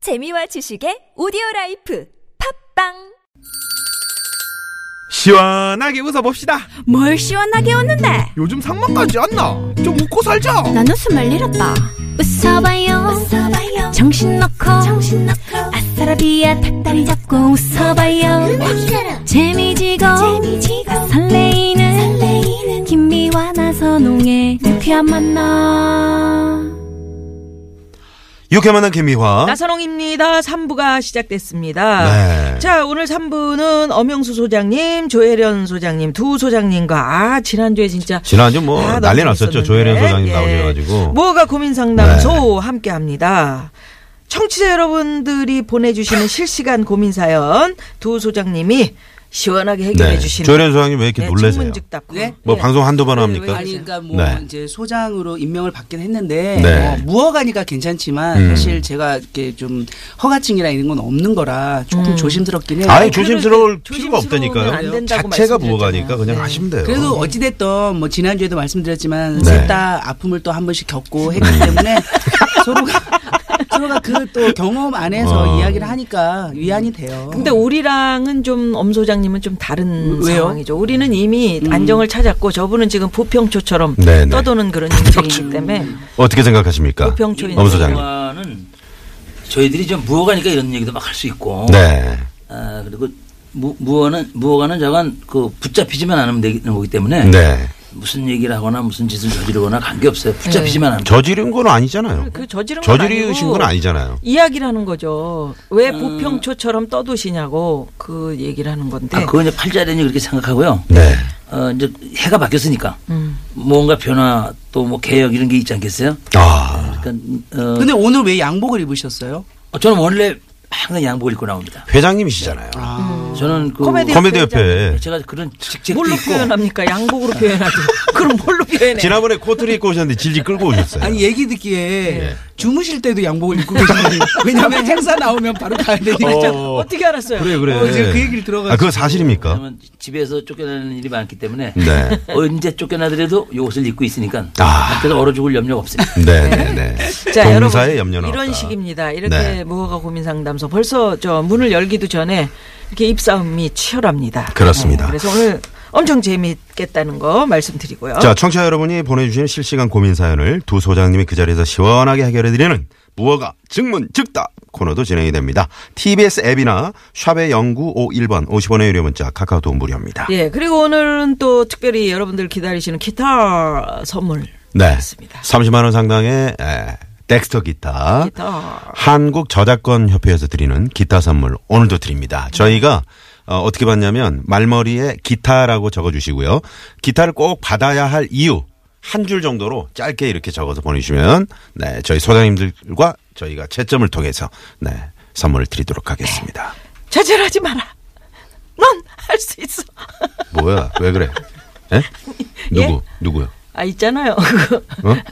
재미와 지식의 오디오 라이프 팝빵 시원하게 웃어봅시다. 뭘 시원하게 웃는데 요즘 상만까지 안 나. 좀 웃고 살자. 난 웃음을 잃었다 웃어봐요, 정신 놓고 아싸라비아 닭다리 잡고 웃어봐요 재미지고, 설레이는, 김미와 나선홍의 유쾌한 만남 유쾌 만한 개미화. 나선홍입니다. 3부가 시작됐습니다. 어? 네. 아, 자, 오늘 3부는 엄영수 소장님, 조혜련 소장님, 두 소장님과, 아, 지난주에 진짜. 지난주 뭐 아, 너무 난리 났었죠. 재밌었는데. 조혜련 소장님 예. 나오셔가지고. 네. 뭐가 고민 상담소 함께 합니다. 청취자 여러분들이 보내주시는 실시간 고민 사연 두 소장님이 시원하게 해결해 네. 주시는. 조혜련 소장님 왜 이렇게 네, 놀라세요? 즉문즉답. 네? 뭐 방송 한두 번 합니까? 아니 그러니까 뭐 네. 이제 소장으로 임명을 받긴 했는데 네. 뭐 무어가니까 괜찮지만 음. 사실 제가 이렇게 좀 허가증이나 이런 건 없는 거라 조금 음. 조심스럽긴 해요. 아예 조심스러울 그래도 필요가 조심스러우면 안 없다니까요. 된다고 자체가 말씀드렸잖아요. 무어가니까 그냥 네. 하시면 돼요. 그래도 어찌됐든 뭐 지난주에도 말씀드렸지만 네. 음. 셋 다 아픔을 또 한 번씩 겪고 했기 때문에 서로가 서로가 그 또 경험 안에서 어. 이야기를 하니까 위안이 돼요. 근데 우리랑은 좀 엄 소장님은 좀 음, 다른 왜요? 상황이죠. 우리는 이미 안정을 찾았고 저분은 지금 부평초처럼 네, 네. 떠도는 그런 인생이기 때문에 어떻게 생각하십니까? 그 부평초 인생. 엄 소장님. 영화는 저희들이 좀 무어가니까 이런 얘기도 막 할 수 있고. 네. 아, 그리고 무, 무어는 무어가는 저건 그 붙잡히지만 않으면 되는 거기 때문에 네. 무슨 얘기를 하거나 무슨 짓을 저지르거나 관계 없어요. 붙잡히지만 네. 않으면. 저지른 건 아니잖아요. 그 저지른 건 저지르신 아니고 건 아니잖아요. 이야기를 하는 거죠. 왜 음. 부평초처럼 떠도시냐고 그 얘기를 하는 건데. 아, 그건 이제 팔자리니 그렇게 생각하고요. 네. 어, 이제 해가 바뀌었으니까 음. 뭔가 변화 또 뭐 개혁 이런 게 있지 않겠어요? 아. 그러니까 어, 근데 오늘 왜 양복을 입으셨어요? 저는 원래 항상 양복을 입고 나옵니다. 회장님이시잖아요. 저는 그 코미디 코미디 협회. 제가 그런 직책도 뭘로 있고 표현합니까? 양복으로 표현하죠. 그럼 뭘로 표현해? 지난번에 코트를 입고 오셨는데 질질 끌고 오셨어요. 아니 예. 네, 얘기 듣기에 예. 주무실 때도 양복을 입고 계시는데 왜냐면 행사 나오면 바로 가야 되니까 어. 어떻게 알았어요? 그래 그래. 그렇죠. 어, 지금 그 얘기를 들어가지고. 아, 그거 사실입니까? 왜냐면 집에서 쫓겨나는 일이 많기 때문에 네. 언제 쫓겨나더라도 이 옷을 입고 있으니까 아. 앞에서 얼어 죽을 염려가 없습니다. 네네네. 자, 동사의 여러분, 염려는 이런 없다. 식입니다. 이렇게 네. 무허가 고민 상담소 벌써 저 문을 열기도 전에 이렇게 입싸움이 치열합니다. 네, 그렇습니다. 그래서 오늘 엄청 재미있겠다는 거 말씀드리고요. 자, 청취자 여러분이 보내주신 실시간 고민 사연을 두 소장님이 그 자리에서 시원하게 해결해드리는 무허가 증문 즉답 코너도 진행이 됩니다. TBS 앱이나 샵의 0951번 50원의 유료 문자 카카오톡 무료입니다. 예, 그리고 오늘은 또 특별히 여러분들 기다리시는 기타 선물 네. 있습니다. 30만 원 상당의 에, 덱스터 기타. 기타. 한국 저작권 협회에서 드리는 기타 선물 오늘도 드립니다. 저희가 어, 어떻게 받냐면 말머리에 기타라고 적어 주시고요. 기타를 꼭 받아야 할 이유 한 줄 정도로 짧게 이렇게 적어서 보내 주시면 네, 저희 소장님들과 저희가 채점을 통해서 네, 선물을 드리도록 하겠습니다. 좌절하지 마라. 넌 할 수 있어. 뭐야? 왜 그래? 예? 누구? 누구요? 아 있잖아요.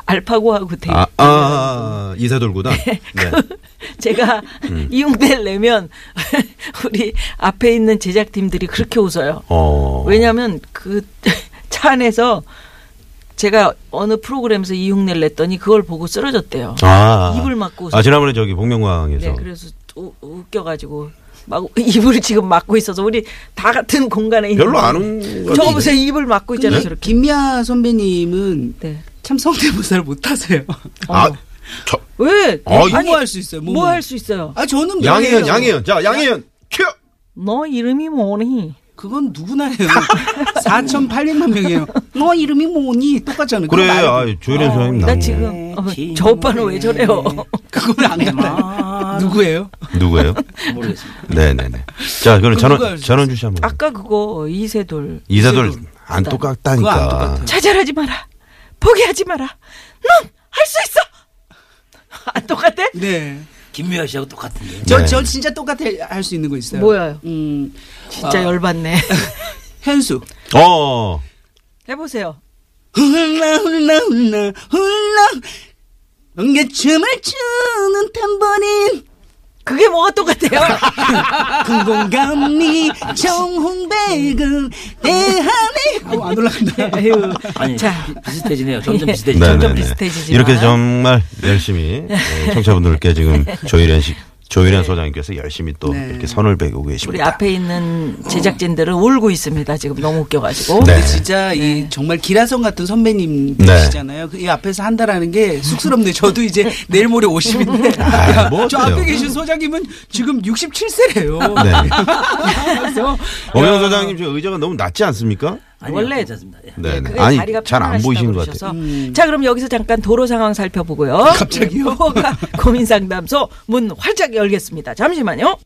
알파고하고 되게 어? 아, 아, 아, 이사돌구단. 네. 그 음. 제가 이용배를 내면 우리 앞에 있는 제작팀들이 그렇게 웃어요. 어. 왜냐하면 그 차 안에서 제가 어느 프로그램에서 이흉내를 냈더니 그걸 보고 쓰러졌대요. 아. 입을 막고 아, 지난번에 저기 복명광에서 네, 그래서 우- 웃겨가지고 막 입을 지금 막고 있어서 우리 다 같은 공간에 있는 별로 안온 저거 보세요 입을 막고 있잖아요 네? 근데 저렇게. 김미아 선배님은 네. 참 성대모사를 못하세요. 아, 저, 왜? 아, 이거 뭐할수 있어요, 뭐. 뭐 할 수 있어요? 아 저는 양희은, 못해요. 양희은. 자, 양희은. 큐! 너 이름이 뭐니? 그건 누구나 해요. 4,800만 명이에요. 너 이름이 뭐니? 똑같잖아요. 그래, 그거 말고. 아, 조혜련 소장님 나 나오네. 지금 어, 저 오빠는 왜 저래요? 그건 안 가요. 누구예요? 누구예요? 모르겠습니다. 네네네. 자, 그럼 누가 전원, 할수 전원주 씨 한번. 아까 그거 이세돌 이사돌 이세돌. 안 그거 안 똑같다니까. 똑같아요. 좌절하지 마라. 포기하지 마라. 넌 할 수 있어. 안 똑같아? 네. 김미아 씨하고 똑같은데. 저, 네. 저 진짜 똑같아 할 수 있는 거 있어요. 뭐예요? 음, 진짜 아, 열받네. 현수. 어, 해보세요. 훌라 훌라 훌라 훌라 번개춤을 추는 탬버린 그게 뭐가 똑같아요? 금공감리 정홍백은 대한의 아우 안 올라간다. 에휴. 아니 자. 비- 비슷해지네요. 점점 비슷해지죠. 점점 네네네. 비슷해지지만. 이렇게 정말 열심히 네, 청취자분들께 지금 어, 조혜련 씨, 조윤현 소장님께서 열심히 또 네. 이렇게 선을 베고 우리 계십니다. 앞에 있는 제작진들은 울고 있습니다. 지금 너무 웃겨가지고. 네. 근데 진짜 이 정말 기라성 같은 선배님이시잖아요. 그이 앞에서 한다라는 게 쑥스럽네요. 저도 이제 내일 모레 50인데 아, 뭐 저 어때요? 앞에 계신 소장님은 지금 67세래요. 네. 그래서 오명 소장님 지금 의자가 너무 낮지 않습니까? 원래- 괜찮습니다. 예. 네. 그게 네. 아니 다리가 잘 안 편하시다고 보이시는 것 그러셔서. 같아요. 음. 자, 그럼 여기서 잠깐 도로 상황 살펴보고요. 갑자기요? 호가 고민 상담소 문 활짝 열겠습니다. 잠시만요.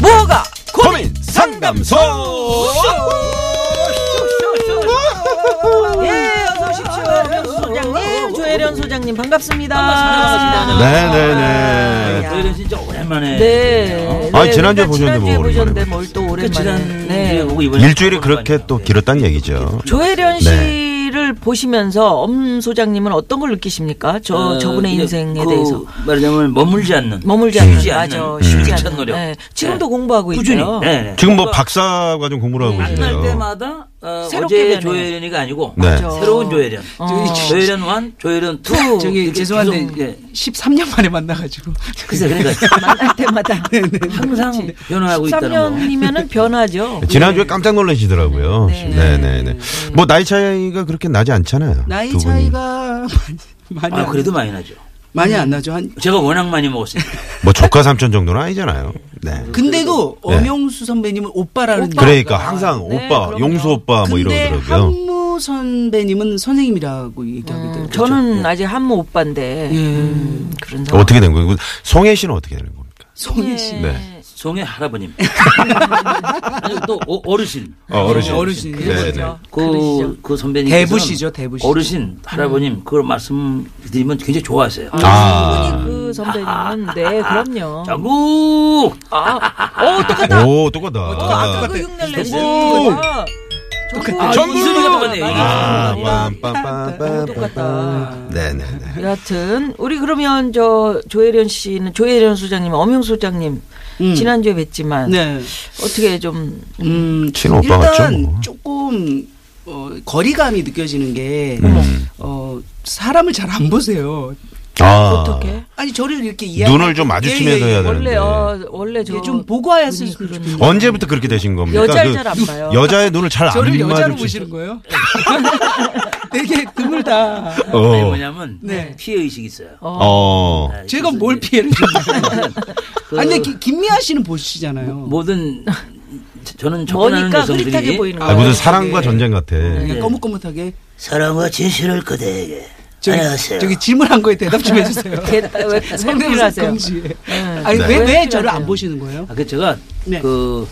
뭐가 고민 상담소. 예, 어서 오십시오. 명수 소장님, 조혜련 소장님 반갑습니다. 반갑습니다. 네, 네네네. 아, 야. 저희는 진짜 오랜만에. 네. 아니, 네, 지난주에 우리가 보셨는데 뭐 지난주에 보셨는데 오랜만에 뭘 또 그 오랜만에. 지난 네. 네. 일주일이 그렇게 또 길었단 얘기죠. 조혜련 네. 씨를 보시면서 엄 소장님은 어떤 걸 느끼십니까? 저 어, 저분의 인생에 대해서 말하자면 머물지 않는 머물지 않는 그 쉬지 않는 맞아 쉽지 쉽지 않은 않은 노력. 네. 지금도 공부하고 꾸준히. 있어요. 네, 네. 지금 뭐 박사 과정 공부를 하고 음. 만날 계신데요. 때마다 어, 새롭게 변해요. 어제의 조혜련이가 아니고 네. 맞아. 새로운 조혜련. 어. 조혜련 1, 조혜련 2. 저기 죄송한데 예. 13년 만에 만나가지고 글쎄 그러니까 만날 때마다 항상 변화하고 있다는 거. 13년이면은 변하죠. 네, 지난주에 깜짝 놀라시더라고요. 네네네. 뭐 나이 차이가 그렇게 나지 않잖아요. 나이 두 분이. 차이가 많이 많이 아, 안- 그래도 많이 나죠. 많이 안 나죠. 한 제가 워낙 많이 먹었어요. 뭐 조카 삼촌 정도는 아니잖아요. 네. 근데도 네. 엄영수 선배님은 그 오빠라는 그러니까 항상 네, 오빠, 그럼요. 용수 오빠 뭐 근데 이러더라고요. 한무 선배님은 선생님이라고 얘기하기도 해요. 음, 저는 아직 한모 오빠인데 그렇죠. 네. 예. 음, 그런 예. 상황. 어떻게 된 거예요? 송혜 씨는 어떻게 되는 겁니까? 송혜 씨. 네. 송의 할아버님. 아니, 또 어- 어르신. 어, 어르신. 어르신. 네, 네. 그, 그 선배님. 대부시죠, 대부시죠. 음. 어르신, 할아버님, 그걸 말씀드리면 굉장히 좋아하세요. 아. 그 선배님은 네 그럼요. 자국! 어 똑같다. 오, 똑같다. 어, 아까 네. 그 흉내를 냈어. 정부! 정부. 정부! 이승우가 똑같네요. 아. 아, 아, 빰빰빰빰빰. 똑같다. 네네네. 여하튼 우리 그러면 저 조혜련 씨는 조혜련 소장님, 엄영 소장님 음. 지난주에 뵀지만 네. 어떻게 좀 음, 친오빠 같죠, 일단 뭐. 조금 어, 거리감이 느껴지는 게 음. 어, 사람을 잘 안 보세요. 아. 어떻게 아니 저를 이렇게 예, 이해 눈을 좀 마주치면서 해야 원래 되는데. 어, 원래 저 좀 보고 하였을 눈이 수도 음, 그런- 있는데. 언제부터 그렇게 되신 겁니까? 여자를 그 잘안 봐요. 여자의 눈을 잘 안 저를 어, 마주치. 여자로 보시는 거예요? 되게 드물다. 아니, 어. 뭐냐면, 네. 피해의식이 있어요. 어. 아, 제가 그래서 뭘 이제 피해를 줬나요? 그 아니 근데 기- 김미아 씨는 보시잖아요. 뭐, 모든, 저는 접근하는 머니까 흐릿하게 여성들이 보이는 아, 거예요. 무슨 사랑과 전쟁 같아. 그냥 예. 네. 그러니까 거뭇거뭇하게 사랑과 진실을 그대에게. 저기, 안녕하세요. 저기 질문한 거에 대답 좀 해주세요. 걔- 아, 왜 성대를 성대모사 하세요? 금지. 아니 네. 왜 왜 왜 저를 안 하세요? 보시는 거예요? 아, 그 제가 네. 그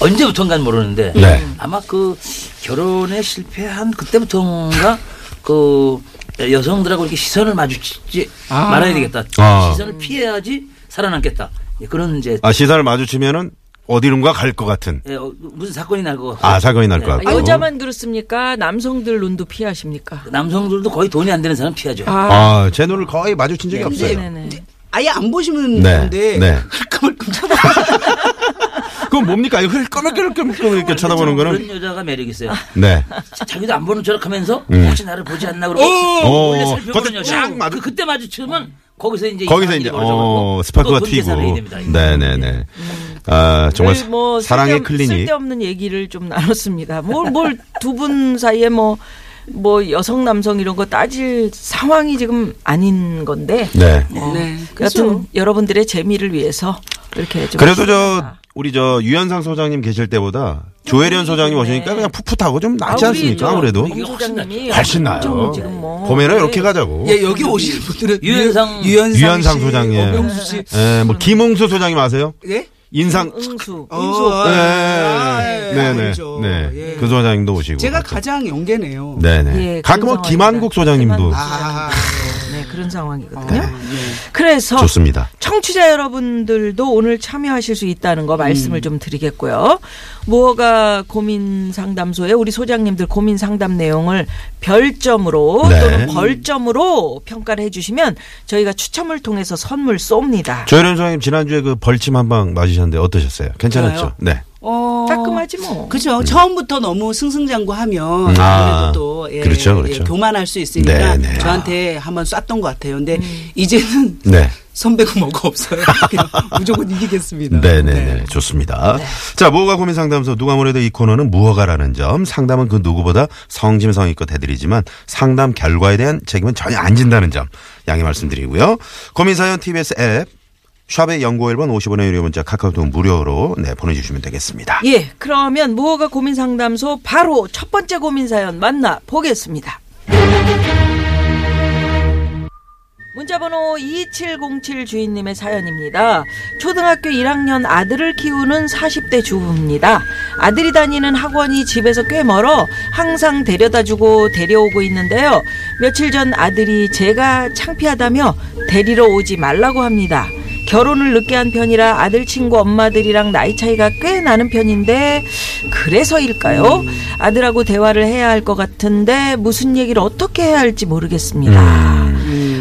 언제부턴가 는 모르는데 네. 아마 그 결혼에 실패한 그때부터인가 그 여성들하고 이렇게 시선을 마주치지 아. 말아야 되겠다. 아. 시선을 피해야지 살아남겠다. 예, 그런 이제 아, 시선을 마주치면은 어디론가 갈 것 같은. 예, 어, 무슨 사건이 날것 예. 같고 아, 사건이 날 것 아, 같고. 여자만 그렇습니까? 남성들 눈도 피하십니까? 남성들도 거의 돈이 안 되는 사람 피하죠. 아, 제 눈을 거의 마주친 적이 없어요. 네네네. 아예 안 보시면 네, 건데 네. 흘끔흘끔 쳐다. 그건 뭡니까? 이거 꺼물꺼물꺼물 이렇게 쳐다보는 거는? 그런 여자가 매력 있어요. 네. 자- 자기도 안 보는 척하면서 음. 혹시 나를 보지 않나 그러고 오! 몰래 오! 살펴보는 그때 여자. 쫙 마주- 그, 그때 마주치면 거기서 이제 거기서 이상한 네. 이제 일이 벌어져갖고 어 스파크가 또 튀고 돈계산을 해야 됩니다. 네네네 아 정말 오늘 뭐 사랑의 쓸데없- 클리닉 쓸데없는 얘기를 좀 나눴습니다. 뭘 뭘 두 분 사이에 뭐. 뭐 여성 남성 이런 거 따질 상황이 지금 아닌 건데 어, 네 네. 여튼 여러분들의 재미를 위해서 이렇게 좀 그래도 저 우리 저 유현상 소장님 계실 때보다 조혜련 소장님 오시니까 그냥 풋풋하고 좀 낫지 아, 우리 않습니까 저 네. 아무래도 홍 소장님이 훨씬 나요 엄청 지금 뭐 봄에는 네. 이렇게 가자고 예, 여기 오시는 분들은 유현상- 유- 유현상, 유현상 씨, 소장님. 어명수 씨. 예, 뭐 김홍수 소장님 아세요 예? 인상 응수 어, 예, 아, 예, 네네 알죠. 예. 네그 소장님도 오시고 제가 같이. 가장 연계네요. 네네 예, 가끔 뭐 그런 김한국 상황입니다. 소장님도 김한국 아, 네 그런 상황이거든요. 아, 예. 그래서 좋습니다 청취자 여러분들도 오늘 참여하실 수 있다는 거 말씀을 좀 드리겠고요. 무허가 고민 상담소에 우리 소장님들 고민 상담 내용을 별점으로 네. 또는 벌점으로 평가를 해주시면 저희가 추첨을 통해서 선물 쏩니다. 조혜련 소장님 지난주에 그 벌침 한 방 맞으셨는데 어떠셨어요 괜찮았죠 저요? 네 어, 따끔하지 뭐. 그죠. 처음부터 너무 승승장구하면 음, 아, 아무래도 또 예, 그렇죠, 그렇죠. 예, 교만할 수 있으니까 네, 네. 저한테 한번 쐈던 것 같아요. 근데 이제는 네. 선배고 뭐고 없어요. 그냥 무조건 이기겠습니다. 네네네. 좋습니다. 자, 무허가 고민 상담소 누가 뭐래도 이 코너는 무허가라는 점. 상담은 그 누구보다 성심성의껏 해드리지만 상담 결과에 대한 책임은 전혀 안 진다는 점 양해 말씀드리고요. 고민사연 TBS 앱 샵의 연구 1번 50원의 유료 문자 카카오톡 무료로 네, 보내주시면 되겠습니다. 예, 그러면 무허가 고민 상담소 바로 첫 번째 고민 사연 만나 보겠습니다. 문자번호 2707 주인님의 사연입니다. 초등학교 1학년 아들을 키우는 40대 주부입니다. 아들이 다니는 학원이 집에서 꽤 멀어 항상 데려다 주고 데려오고 있는데요. 며칠 전 아들이 제가 창피하다며 데리러 오지 말라고 합니다. 결혼을 늦게 한 편이라 아들 친구 엄마들이랑 나이 차이가 꽤 나는 편인데 그래서일까요? 아들하고 대화를 해야 할 것 같은데 무슨 얘기를 어떻게 해야 할지 모르겠습니다.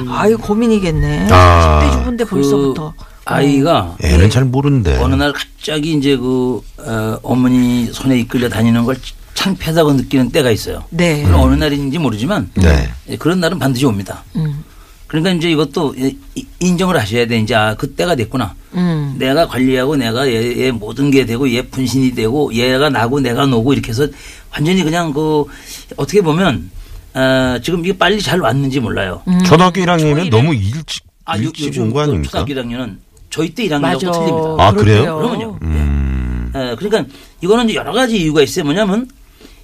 아유 고민이겠네. 음. 아. 10대 주부인데 벌써부터. 그 아이가 애는 잘 모르는데. 어느 날 갑자기 이제 그 어, 어머니 손에 이끌려 다니는 걸 창피하다고 느끼는 때가 있어요. 네. 그건 어느 날인지 모르지만 음. 네. 예, 그런 날은 반드시 옵니다. 음. 그러니까 이제 이것도 예, 이- 인정을 하셔야 돼. 이제 아, 그 때가 됐구나. 음. 내가 관리하고 내가 얘, 얘 모든 게 되고 얘 분신이 되고 얘가 나고 내가 노고 이렇게 해서 완전히 그냥 그 어떻게 보면 아, 지금 이게 빨리 잘 왔는지 몰라요. 초등학교 1학년이면 초일에- 너무 일찍, 요- 일찍 온 거 그 아닙니까? 초등학교 1학년은 저희 때 1학년하고 틀립니다. 아, 그래요? 음. 그러면요. 음. 에, 그러니까 이거는 이제 여러 가지 이유가 있어요. 뭐냐면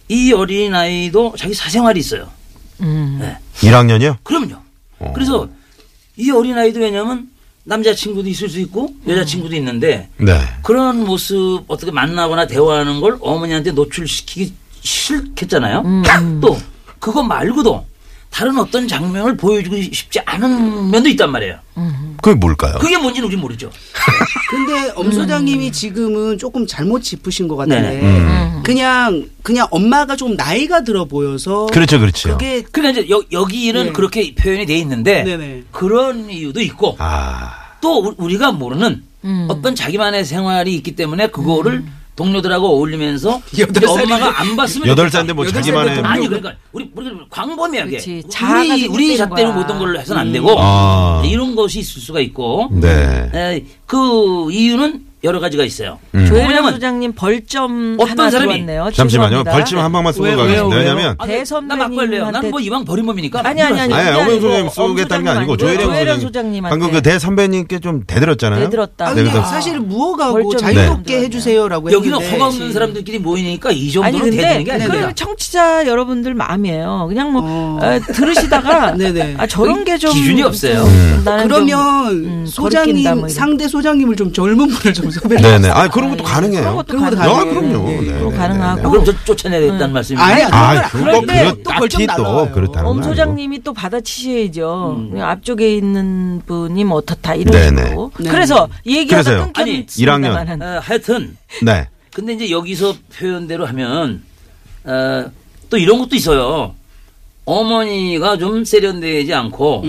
이 어린아이도 자기 사생활이 있어요. 음. 예. 1학년이요? 그럼요. 어. 그래서 이 어린아이도 왜냐면 남자친구도 있을 수 있고 여자친구도 있는데 네. 그런 모습 어떻게 만나거나 대화하는 걸 어머니한테 노출시키기 싫겠잖아요. 음. 또 그거 말고도 다른 어떤 장면을 보여주고 싶지 않은 면도 있단 말이에요. 그게 뭘까요? 그게 뭔지는 우린 모르죠. 근데 엄 소장님이 지금은 조금 잘못 짚으신 것 같은데 네네. 그냥 그냥 엄마가 좀 나이가 들어 보여서 그렇죠, 그렇죠. 그게 그러니까 이제 여, 여기는 네. 그렇게 표현이 돼 있는데 네네. 그런 이유도 있고 아, 또 우- 우리가 모르는 음. 어떤 자기만의 생활이 있기 때문에 그거를 동료들하고 어울리면서 여덟 우리 살이- 엄마가 안 봤으면 여덟 살인데 뭐 좋겠다. 자기만의 여덟 살인데 아니 그러니까 우리 우리 광범위하게 그렇지. 자아가 우리 우리 생기는 잣대로 거야. 음. 보던 걸로 해서는 안 되고 네, 아. 이런 것이 있을 수가 있고 네. 에, 그 이유는 여러 가지가 있어요. 조혜련 왜냐면 소장님 벌점 어떤 하나 사람이- 들어왔네요. 음. 잠시만요. 죄송합니다. 벌침 한 방만 쏘고 왜요, 가겠습니다. 왜요, 왜요? 왜냐면 아, 나 대선배님한테- 막걸리요. 난뭐 이왕 버린 몸이니까 아니, 아니, 아니. 아니, 그게 엄영 아니고 소장님 엄 쏘겠다는 게 소장님 아니고 아니고 조혜련 조혜련 소장님. 소장님한테. 방금 그 대선배님께 좀 대들었잖아요. 대들었다. 아, 네, 근데 그래서 사실 무어가고 벌점 자유롭게 네. 해주세요라고 했는데 여기는 허가 없는 사람들끼리 모이니까 이그 아니 정도로 근데 대드는 네. 게 아니라 그 청취자 여러분들 마음이에요. 그냥 뭐 어. 에, 들으시다가 네네. 아 저런 게 좀 음, 기준이 없어요. 음. 나는 좀- 그러면 음, 소장님 거리낀다 뭐 이런. 상대 소장님을 좀 젊은 분을 좀 섭외를 네네. 아, 그런 것도 가능해요. 그런 것도 그런 것도 가능해요. 예, 아, 그럼요. 네, 네, 그거 네, 가능하고. 네, 네. 그럼 저 쫓아내겠다는 음. 말씀이에요. 아니, 아니. 아, 그럴 그거 때 그거 또 벌점 딱히 또 날라와요. 그렇다는 엄 건 아니고. 소장님이 또 받아치셔야죠. 음. 그냥 앞쪽에 있는 분이 뭐 어떻다 이런 네네. 식으로. 네. 그래서 그래서요. 얘기하다 아니, 끊겼습니다만은. 어, 하여튼 네. 근데 이제 여기서 표현대로 하면 어, 또 이런 것도 있어요. 어머니가 좀 세련되지 않고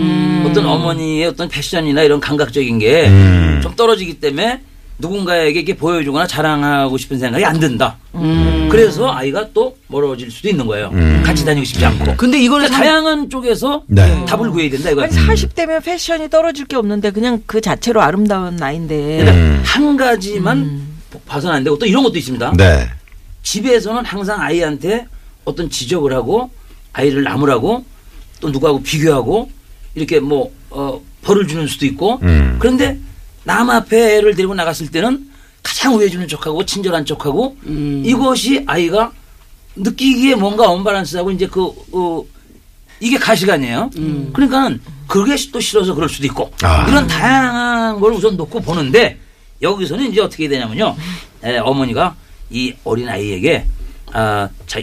어떤 어머니의 어떤 패션이나 이런 감각적인 게 좀 음. 떨어지기 때문에 누군가에게 이렇게 보여주거나 자랑하고 싶은 생각이 안 든다. 그래서 아이가 또 멀어질 수도 있는 거예요. 같이 다니고 싶지 않고. 근데 이거는 그러니까 다양한 쪽에서 음. 네. 답을 구해야 된다 이거. 아니 40대면 패션이 떨어질 게 없는데 그냥 그 자체로 아름다운 나이인데. 네. 그러니까 음. 한 가지만 봐서는 안 되고 또 이런 것도 있습니다. 네. 집에서는 항상 아이한테 어떤 지적을 하고 아이를 나무라고 또 누구하고 비교하고 이렇게 뭐 어, 벌을 주는 수도 있고 음. 그런데 남 앞에 애를 데리고 나갔을 때는 가장 우애주는 척하고 친절한 척하고 이것이 아이가 느끼기에 뭔가 언밸런스하고 이제 그 어, 이게 가시간이에요. 그러니까 그게 또 싫어서 그럴 수도 있고 아. 이런 다양한 걸 우선 놓고 보는데 여기서는 이제 어떻게 되냐면요. 에, 어머니가 이 어린 아이에게 아, 자,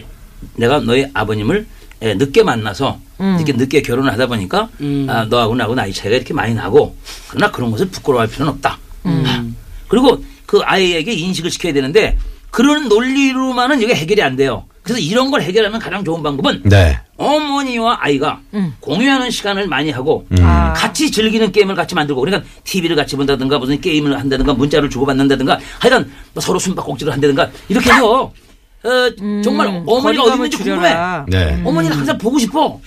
내가 너의 아버님을 에, 늦게 만나서 이렇게 늦게 결혼을 하다 보니까 아, 너하고 나하고 나이 차이가 이렇게 많이 나고 그러나 그런 것을 부끄러워할 필요는 없다. 그리고 그 아이에게 인식을 시켜야 되는데 그런 논리로만은 이게 해결이 안 돼요. 그래서 이런 걸 해결하는 가장 좋은 방법은 네. 어머니와 아이가 음. 공유하는 시간을 많이 하고 음. 아. 같이 즐기는 게임을 같이 만들고 그러니까 TV를 같이 본다든가 무슨 게임을 한다든가 문자를 주고받는다든가 하여간 뭐 서로 숨바꼭질을 한다든가 이렇게 해서 어, 정말 어머니가 어디 음. 거리감을 있는지 궁금해. 줄여라. 네. 어머니는 항상 보고 싶어.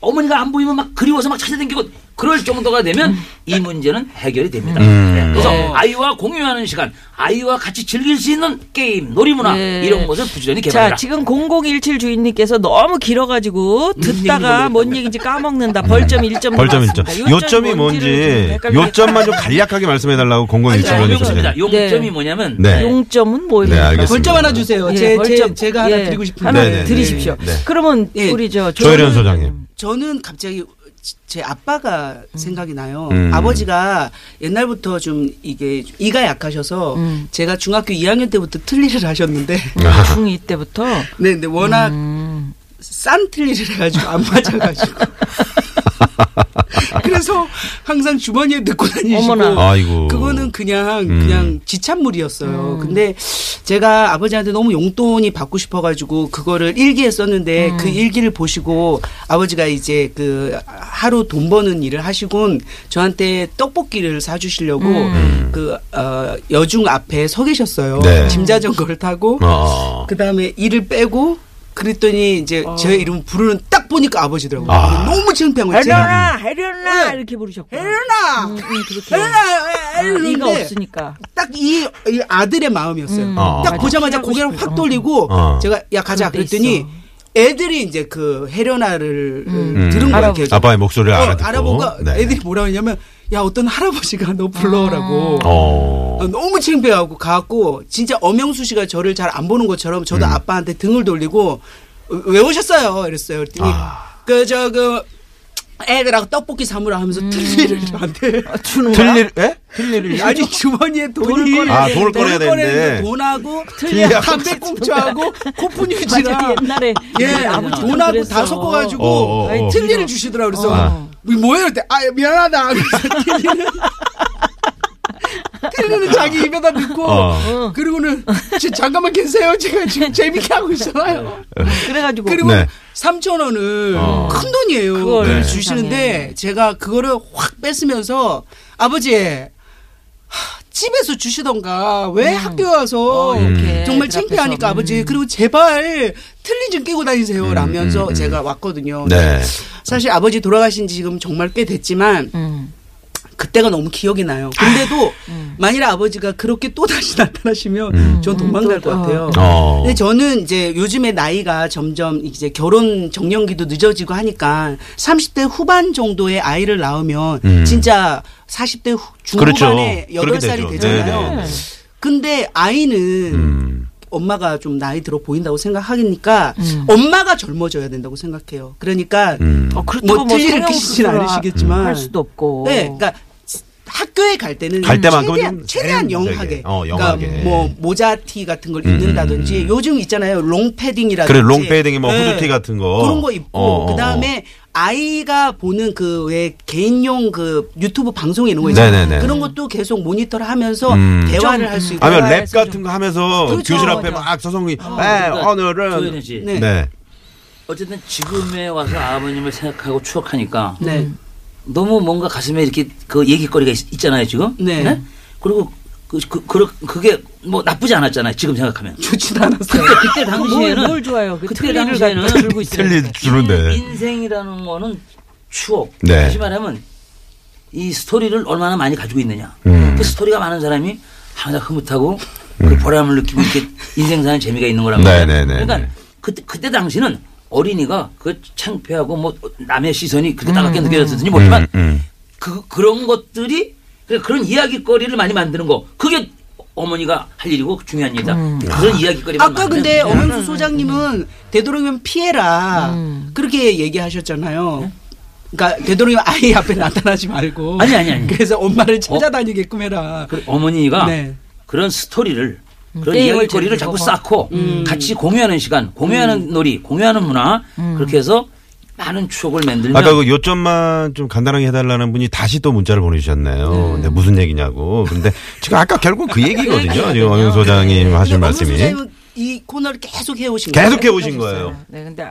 어머니가 안 보이면 막 그리워서 막 찾아다니고 그럴 정도가 되면 이 문제는 해결이 됩니다. 음. 네. 그래서 음. 네. 아이와 공유하는 시간, 아이와 같이 즐길 수 있는 게임, 놀이문화 네. 이런 것을 부지런히 개발해라. 자, 지금 0017 주인님께서 너무 길어가지고 듣다가 뭔 얘기인지 까먹는다. 벌점 1점. 네. 벌점 1점. 요점이 뭔지 요점만 좀 간략하게 말씀해 달라고 공공 자, 아, 일주일 용점입니다. 전에 용점이 네. 뭐냐면 네. 용점은 뭐예요? 네, 알겠습니다. 벌점 하나 주세요. 예, 제, 벌점. 제, 가 하나 예, 드리고 싶은데. 하나 네, 네, 네. 드리십시오. 네. 그러면 예. 우리 저 조혜련 조혜련- 소장님. 저는 갑자기 제 아빠가 생각이 나요. 음. 아버지가 옛날부터 좀 이게 이가 약하셔서 음. 제가 중학교 2학년 때부터 틀니를 하셨는데 중2 때부터 네, 근데 워낙 싼 틀니를 해가지고 안 맞아가지고. 그래서 항상 주머니에 넣고 다니시고 어머나. 아이고. 그거는 그냥 음. 그냥 음. 지참물이었어요. 근데 제가 아버지한테 너무 용돈이 받고 싶어가지고 그거를 일기에 썼는데 음. 그 일기를 보시고 아버지가 이제 그 하루 돈 버는 일을 하시곤 저한테 떡볶이를 사주시려고 음. 그 어, 여중 앞에 서 계셨어요. 네. 짐자전거를 타고 어. 그 다음에 이를 빼고 그랬더니 이제 제 이름 부르는 딱 보니까 아버지더라고요. 아. 너무 창피한 거지. 혜련아, 혜련아 네. 이렇게 부르셨고. 혜련아, 그렇게. 혜련아, 아, 이가 혜련인데 없으니까. 딱이 이 아들의 마음이었어요. 어. 딱 맞아. 보자마자 피하고 고개를 싶어요. 확 돌리고 어. 제가 야 가자 그럴 때 그랬더니 있어. 애들이 이제 그 혜련아를 음. 그 들은 거야. 알아보- 이렇게. 아빠의 목소리를 어, 알아듣고. 알아보니까 네. 애들이 뭐라 하냐면 야 어떤 할아버지가 너 불러라고. 어. 어, 너무 창피하고 가갖고 진짜 엄영수 씨가 저를 잘 안 보는 것처럼 음. 저도 아빠한테 등을 돌리고 어, 왜 오셨어요? 이랬어요. 그랬더니 아. 그저 그 애들하고 떡볶이 사무라 하면서 틀니를 저한테 아, 틀릴 에? 틀릴을 아니 주머니에 돈이 돈을 아, 돈을 꺼내야 돈을 꺼내는데 되는데. 돈하고 틀니하고 담배꽁초하고 코푼 맞아, 휴지랑 옛날에 예 우리 아버지도 돈하고 다 그랬어. 섞어가지고 어, 어, 어. 아니, 틀니를 주시더라고 그래서 아. 뭐야 이럴 때아 미안하다 그래서 틀니는 틀니는 자기 입에다 넣고 어. 그리고는 지- 잠깐만 계세요 제가 지금 재밌게 하고 있잖아요 그래가지고 그리고 네. 3천 원을 어. 큰 돈이에요. 그걸 그걸 네. 주시는데 제가 그거를 확 뺏으면서 아버지 하, 집에서 주시던가 왜 학교 와서 음. 음. 어, 음. 이렇게 정말 그 앞에서. 창피하니까 아버지 그리고 제발 틀니 좀 끼고 다니세요 라면서 음, 음. 제가 왔거든요. 네. 사실 아버지 돌아가신 지 지금 정말 꽤 됐지만 음. 아, 그때가 너무 기억이 나요. 근데도 만일 아버지가 그렇게 또 다시 나타나시면 전 음, 도망갈 것 같아요. 음. 어. 근데 저는 이제 요즘에 나이가 점점 이제 결혼 정년기도 늦어지고 하니까 30대 후반 정도의 아이를 낳으면 음. 진짜 40대 후- 중후반에 그렇죠. 여덟 그렇게 8살이 되죠. 되잖아요. 네, 네, 네. 근데 아이는 음. 엄마가 좀 나이 들어 보인다고 생각하니까 엄마가 젊어져야 된다고 생각해요. 그러니까 음. 어, 그렇다고 뭐 틀리를 성형 끼시진 수술을 않으시겠지만 할 수도 없고. 네, 그러니까 학교에 갈 때는 갈 때만큼은 최대한, 좀 최대한 세련되게. 영하게, 어, 영하게. 그러니까 뭐 모자 티 같은 걸 음, 입는다든지 음. 요즘 있잖아요 롱 패딩이라든지 그래 롱 패딩이 뭐 네. 후드티 같은 거 그런 거 입고 어, 어, 그다음에 아이가 보는 그 왜 개인용 그 유튜브 방송 이런 거 네네네. 있잖아요 그런 것도 계속 모니터를 하면서 음. 대화를 좀, 할 수 음. 있고 아니면 랩 대화에서 같은 거 하면서 그렇죠. 교실 앞에 맞아. 막 서성이 에 그러니까 네, 오늘은 조혜련 씨. 네. 네. 어쨌든 지금에 와서 아버님을 생각하고 추억하니까 네. 너무 뭔가 가슴에 이렇게 그 얘기거리가 있, 잖아요 지금. 네. 그리고 그, 그, 그, 그게 뭐 나쁘지 않았잖아요 지금 생각하면. 좋지도 않았어요. 그때, 그때 당시에는 뭘, 뭘 좋아요? 그 그때 틀니를 당시에는 갖다 들고 있어요. 틀리 주는데 인생이라는 거는 추억. 네. 다시 말하면 이 스토리를 얼마나 많이 가지고 있느냐. 음. 그 스토리가 많은 사람이 항상 흐뭇하고 그 보람을 느끼고 이렇게 인생 사는 재미가 있는 거란 말이야. 네, 네, 네, 네. 그러니까 그때 그때 당시는 어린이가 그 창피하고 뭐 남의 시선이 그렇게 따갑게 느껴졌을지 모르지만 음, 음. 그 그런 것들이 그러니까 그런 이야기거리를 많이 만드는 거 그게 어머니가 할 일이고 중요한 일이다. 음. 그런 이야기거리 아까 근데 음. 엄영수 소장님은 되도록이면 피해라 음. 그렇게 얘기하셨잖아요. 그러니까 되도록이면 아이 앞에 나타나지 말고. 아니, 아니, 어? 아니. 그래서 엄마를 찾아다니게끔 해라. 그 어머니가 네. 그런 스토리를 그런 음, 게임을 즐기고. 음. 이야기거리를 자꾸 쌓고 같이 공유하는 시간, 공유하는 놀이, 공유하는 문화 음. 그렇게 해서 많은 추억을 만들면 아까 그 요점만 좀 간단하게 해달라는 분이 다시 또 문자를 보내주셨네요. 근데 무슨 얘기냐고. 근데 지금 아까 결국 그 얘기거든요. 지금 왕영 소장님 하신 근데 엄영수 말씀이 소장님은 이 코너를 계속 해오신 거예요. 계속 해오신 거예요. 네, 근데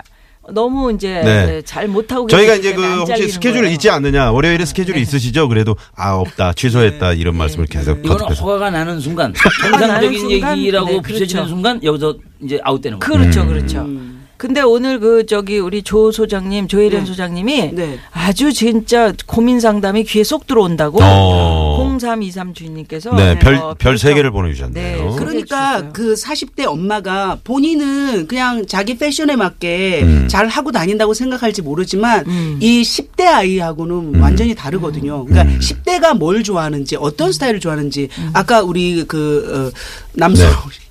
너무 이제 네. 네, 잘 못하고 저희가 계시기 이제 그 때문에 안 혹시 잘리는 스케줄 거예요. 있지 않느냐 월요일에 스케줄이 있으시죠? 그래도 아 없다 취소했다 이런 말씀을 계속 이거는 거듭해서 허가가 나는 순간 나는 정상적인 순간? 얘기라고 네, 비춰지는 그렇죠. 순간 여기서 이제 아웃되는 거예요. 그렇죠, 음. 그렇죠. 근데 오늘 그 저기 우리 조 소장님, 조혜련 네. 소장님이 네. 아주 진짜 고민 상담이 귀에 쏙 들어온다고 어. 0323 주인님께서 네, 별, 어, 별 세 개를 네, 보내주셨네요. 그렇- 그러니까 해주셨어요. 그 40대 엄마가 본인은 그냥 자기 패션에 맞게 음. 잘 하고 다닌다고 생각할지 모르지만 음. 이 10대 아이하고는 음. 완전히 다르거든요. 그러니까 10대가 뭘 좋아하는지 어떤 음. 스타일을 좋아하는지 아까 우리 그 어, 남성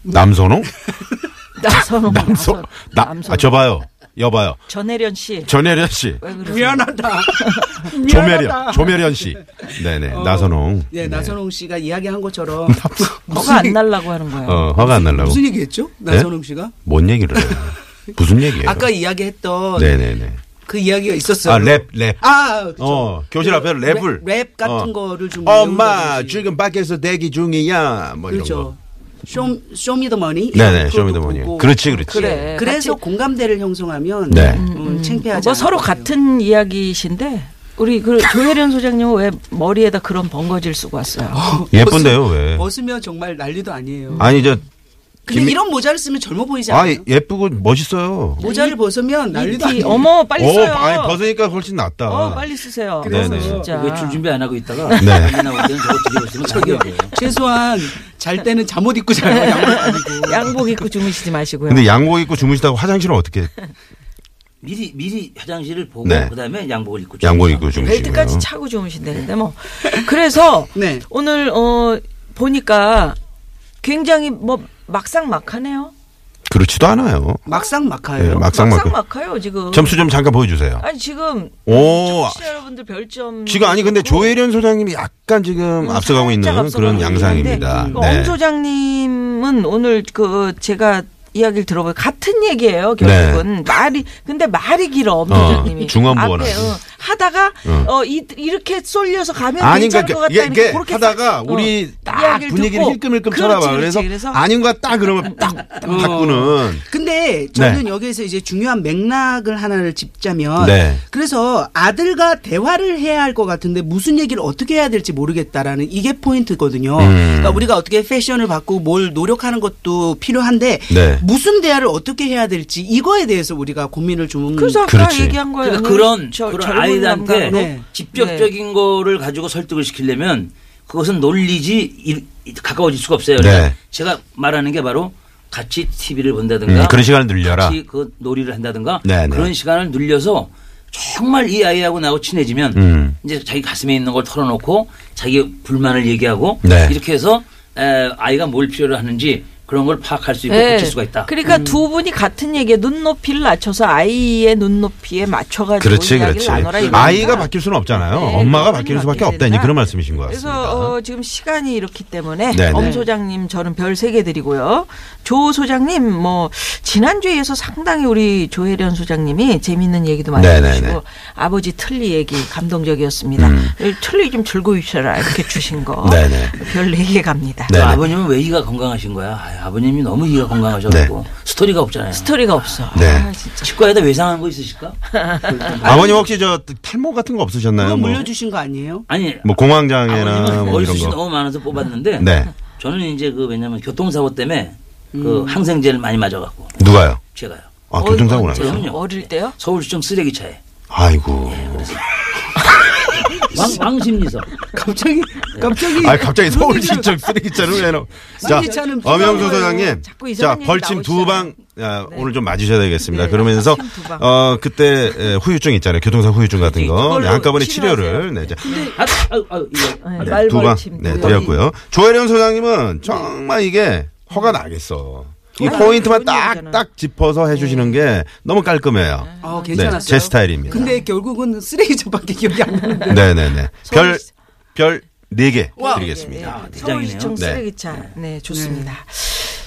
네. 남선홍? 남선홍, 남선? 남선, 나, 아, 저 봐요. 여봐요. 전혜련 씨. 전혜련 씨. 왜 그러세요? 미안하다. 조매련. 조매련 씨. 네네. 어. 나선홍. 네, 나선홍 씨가 이야기한 것처럼 뭐가 안 얘기- 날라고 하는 거야. 어, 화가 안 날라고. 무슨 얘기했죠? 네? 나선홍 씨가 뭔 얘기를 해요? 무슨 얘기예요? 아까 이야기했던 네. 네네네. 그 이야기가 있었어요. 아, 랩, 랩. 아, 그쵸. 어, 교실 앞에 랩을. 랩, 랩 같은 어. 거를 좀 엄마, 외운다든지. 지금 밖에서 대기 중이야. 뭐 이런 거. 그렇죠. 쇼, 쇼미더머니. 네네, 이런 쇼미더머니. 것도 보고. 그렇지, 그렇지. 그래. 그래서 공감대를 형성하면 네. 음, 창피하지. 뭐 서로 않거든요. 같은 이야기이신데 우리 그 조혜련 소장님은 왜 머리에다 그런 번거지를 쓰고 왔어요? 아, 예쁜데요, 왜? 벗으면 정말 난리도 아니에요. 아니, 저, 근데 김- 이런 모자를 쓰면 젊어 보이지 아, 않아요? 예쁘고 멋있어요. 모자를 벗으면 난리도 이- 아니에요. 어머 빨리 오, 써요. 아니, 벗으니까 훨씬 낫다. 어 빨리 쓰세요. 그래서 네네. 진짜. 왜줄 준비 안 하고 있다가 네. 네. 나올 때는 저거 뒤집어 쓰면 저기요. 최소한 잘 때는 잠옷 입고 자요. 양말 안 입고. 양복 입고 주무시지 마시고요. 근데 양복 입고 주무시다가 화장실은 어떻게 미리 미리 화장실을 보고 네. 그다음에 양복을 입고 양복 주무세요. 입고 주무시고요? 벨트까지 차고 주무신다는데 뭐 그래서 네. 오늘 어 보니까 굉장히 뭐 막상막하네요. 그렇지도 않아요. 막상 네, 막하예요. 막상 막하. 막상막해요 어. 지금. 점수 좀 잠깐 보여주세요. 아니 지금 오, 청취자 여러분들 별점 지금 아니 근데 그렇고 음, 조혜련 소장님이 약간 지금 음, 앞서가고 살짝 있는 앞서가고 그런 있는데 양상입니다. 네. 그 엄 소장님은 오늘 그 제가 이야기를 들어보니 같은 얘기예요. 결국은 말이 근데 말이 길어 엄 네. 어, 소장님이 중앙부원하고. 앞에, 어, 하다가 어. 어, 이, 이렇게 쏠려서 가면 아니 괜찮을 것 그러니까 같다 이게, 이렇게 이게 그렇게 하다가 싹, 어, 우리 딱 이야기를 분위기를 듣고 힐끔힐끔 그렇지, 쳐다봐. 그렇지. 그래서 그래서 어. 아닌 것 같다 그러면 딱 바꾸는 근데 저는 네. 여기에서 이제 중요한 맥락을 하나를 짚자면 네. 그래서 아들과 대화를 해야 할 것 같은데 무슨 얘기를 어떻게 해야 될지 모르겠다라는 이게 포인트거든요. 음. 그러니까 우리가 어떻게 패션을 바꾸고 뭘 노력하는 것도 필요한데 네. 무슨 대화를 어떻게 해야 될지 이거에 대해서 우리가 고민을 좀 그래서 아까 그렇지. 얘기한 거예요. 그러니까 그런 음, 저- 그런 젊은 아이들한테 감각으로. 네. 직접적인 거를 가지고 설득을 시키려면 그것은 논리지 일- 이- 가까워질 수가 없어요. 네. 그러니까 제가 말하는 게 바로 같이 TV를 본다든가 음, 그런 시간을 늘려라. 같이 그 놀이를 한다든가 네, 네. 그런 시간을 늘려서 정말 이 아이하고 나하고 친해지면 음. 이제 자기 가슴에 있는 걸 털어놓고 자기 불만을 얘기하고 네. 이렇게 해서 에, 아이가 뭘 필요로 하는지 그런 걸 파악할 수 있고 네. 고칠 수가 있다. 음. 그러니까 두 분이 같은 얘기에 눈높이를 낮춰서 아이의 눈높이에 맞춰가지고 그렇지 이야기를 그렇지. 나눠라 이거니까. 아이가 바뀔 수는 없잖아요. 네, 엄마가 그렇군요. 바뀔 수밖에 바뀌게 없다니 된다. 그런 말씀이신 것 같습니다. 그래서 어, 지금 시간이 이렇기 때문에 네네. 엄 소장님 저는 별 세 개 드리고요. 조 소장님 뭐 지난주에 이어서 상당히 우리 조혜련 소장님이 재밌는 얘기도 많이 네네네. 음. 해주시고 아버지 틀리 얘기 감동적이었습니다. 이 틀리 좀 들고 있어라 이렇게 주신 거. 네네. 별 네 개 갑니다. 네. 또 네네. 아버님은 왜 이가 건강하신 거야? 아, 아버님이 너무 이가 건강하셔가지고 스토리가 없잖아요. 스토리가 없어. 네. 아, 진짜. 치과에다 외상한 거 있으실까? 아버님 혹시 저 탈모 같은 거 없으셨나요? 그거 뭐, 물려주신 거 아니에요? 아니 뭐 공황장애나 아버님은 뭐 이런 얼굴이 거. 너무 많아서 뽑았는데 네. 저는 이제 그 왜냐면 교통사고 때문에 그 항생제를 많이 맞아갖고 누가요? 제가요 아, 교통사고 언제요? 나요. 그럼요. 어릴 때요? 서울시청 쓰레기차에 아이고. 네, 왕, 왕심리서 아, 갑자기 갑자기 아 갑자기 서울시청 쓰레기차를 왜 넣어? 자, 쓰레기차는 엄영수 필요한 소장님, 아, 자꾸 이상한 자 얘기 벌침 두 방 아, 네. 오늘 좀 맞으셔야 되겠습니다. 네, 그러면서 벌침 두 방. 그러니까 어 그때 에, 후유증 있잖아요, 교통사 후유증 같은 거 그걸로 네, 한꺼번에 치료하세요. 치료를 네, 자, 아, 아유, 아유, 이거. 네, 네, 두 방, 말벌침 네 두 방. 드렸고요. 조혜련 소장님은 정말 이게 허가 나겠어. 이 아니, 포인트만 좋은 딱딱 얘기잖아. 네. 아, 짚어서 해주시는 게 너무 깔끔해요. 어, 괜찮았어요. 네, 제 스타일입니다. 근데 결국은 쓰레기차밖에 기억이 안 나는데. 네네네. 그 서울시- 예, 별별네개 와. 드리겠습니다. 아, 대장이네요. 서울시청 네. 쓰레기차. 네, 좋습니다.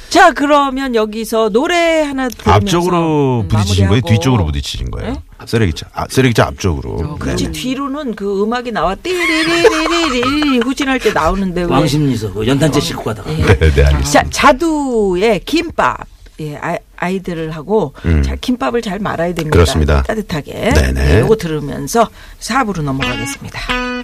자, 그러면 여기서 노래 하나 들으면서 앞쪽으로 음, 부딪히신 거예요? 마무리하고. 뒤쪽으로 부딪히신 거예요? 쓰레기차. 아, 쓰레기차 앞쪽으로. 어, 그렇지 네. 뒤로는 그 음악이 나와 띠리리리리리 후진할 때 나오는데 왜? 예. 왕심리서 그 연탄재 싣고 가다가 네, 네, 알겠습니다. 자, 자두의 김밥 예, 아, 아이들을 하고 음. 잘 김밥을 잘 말아야 됩니다. 그렇습니다. 따뜻하게. 네네. 예, 요거 들으면서 4부로 넘어가겠습니다.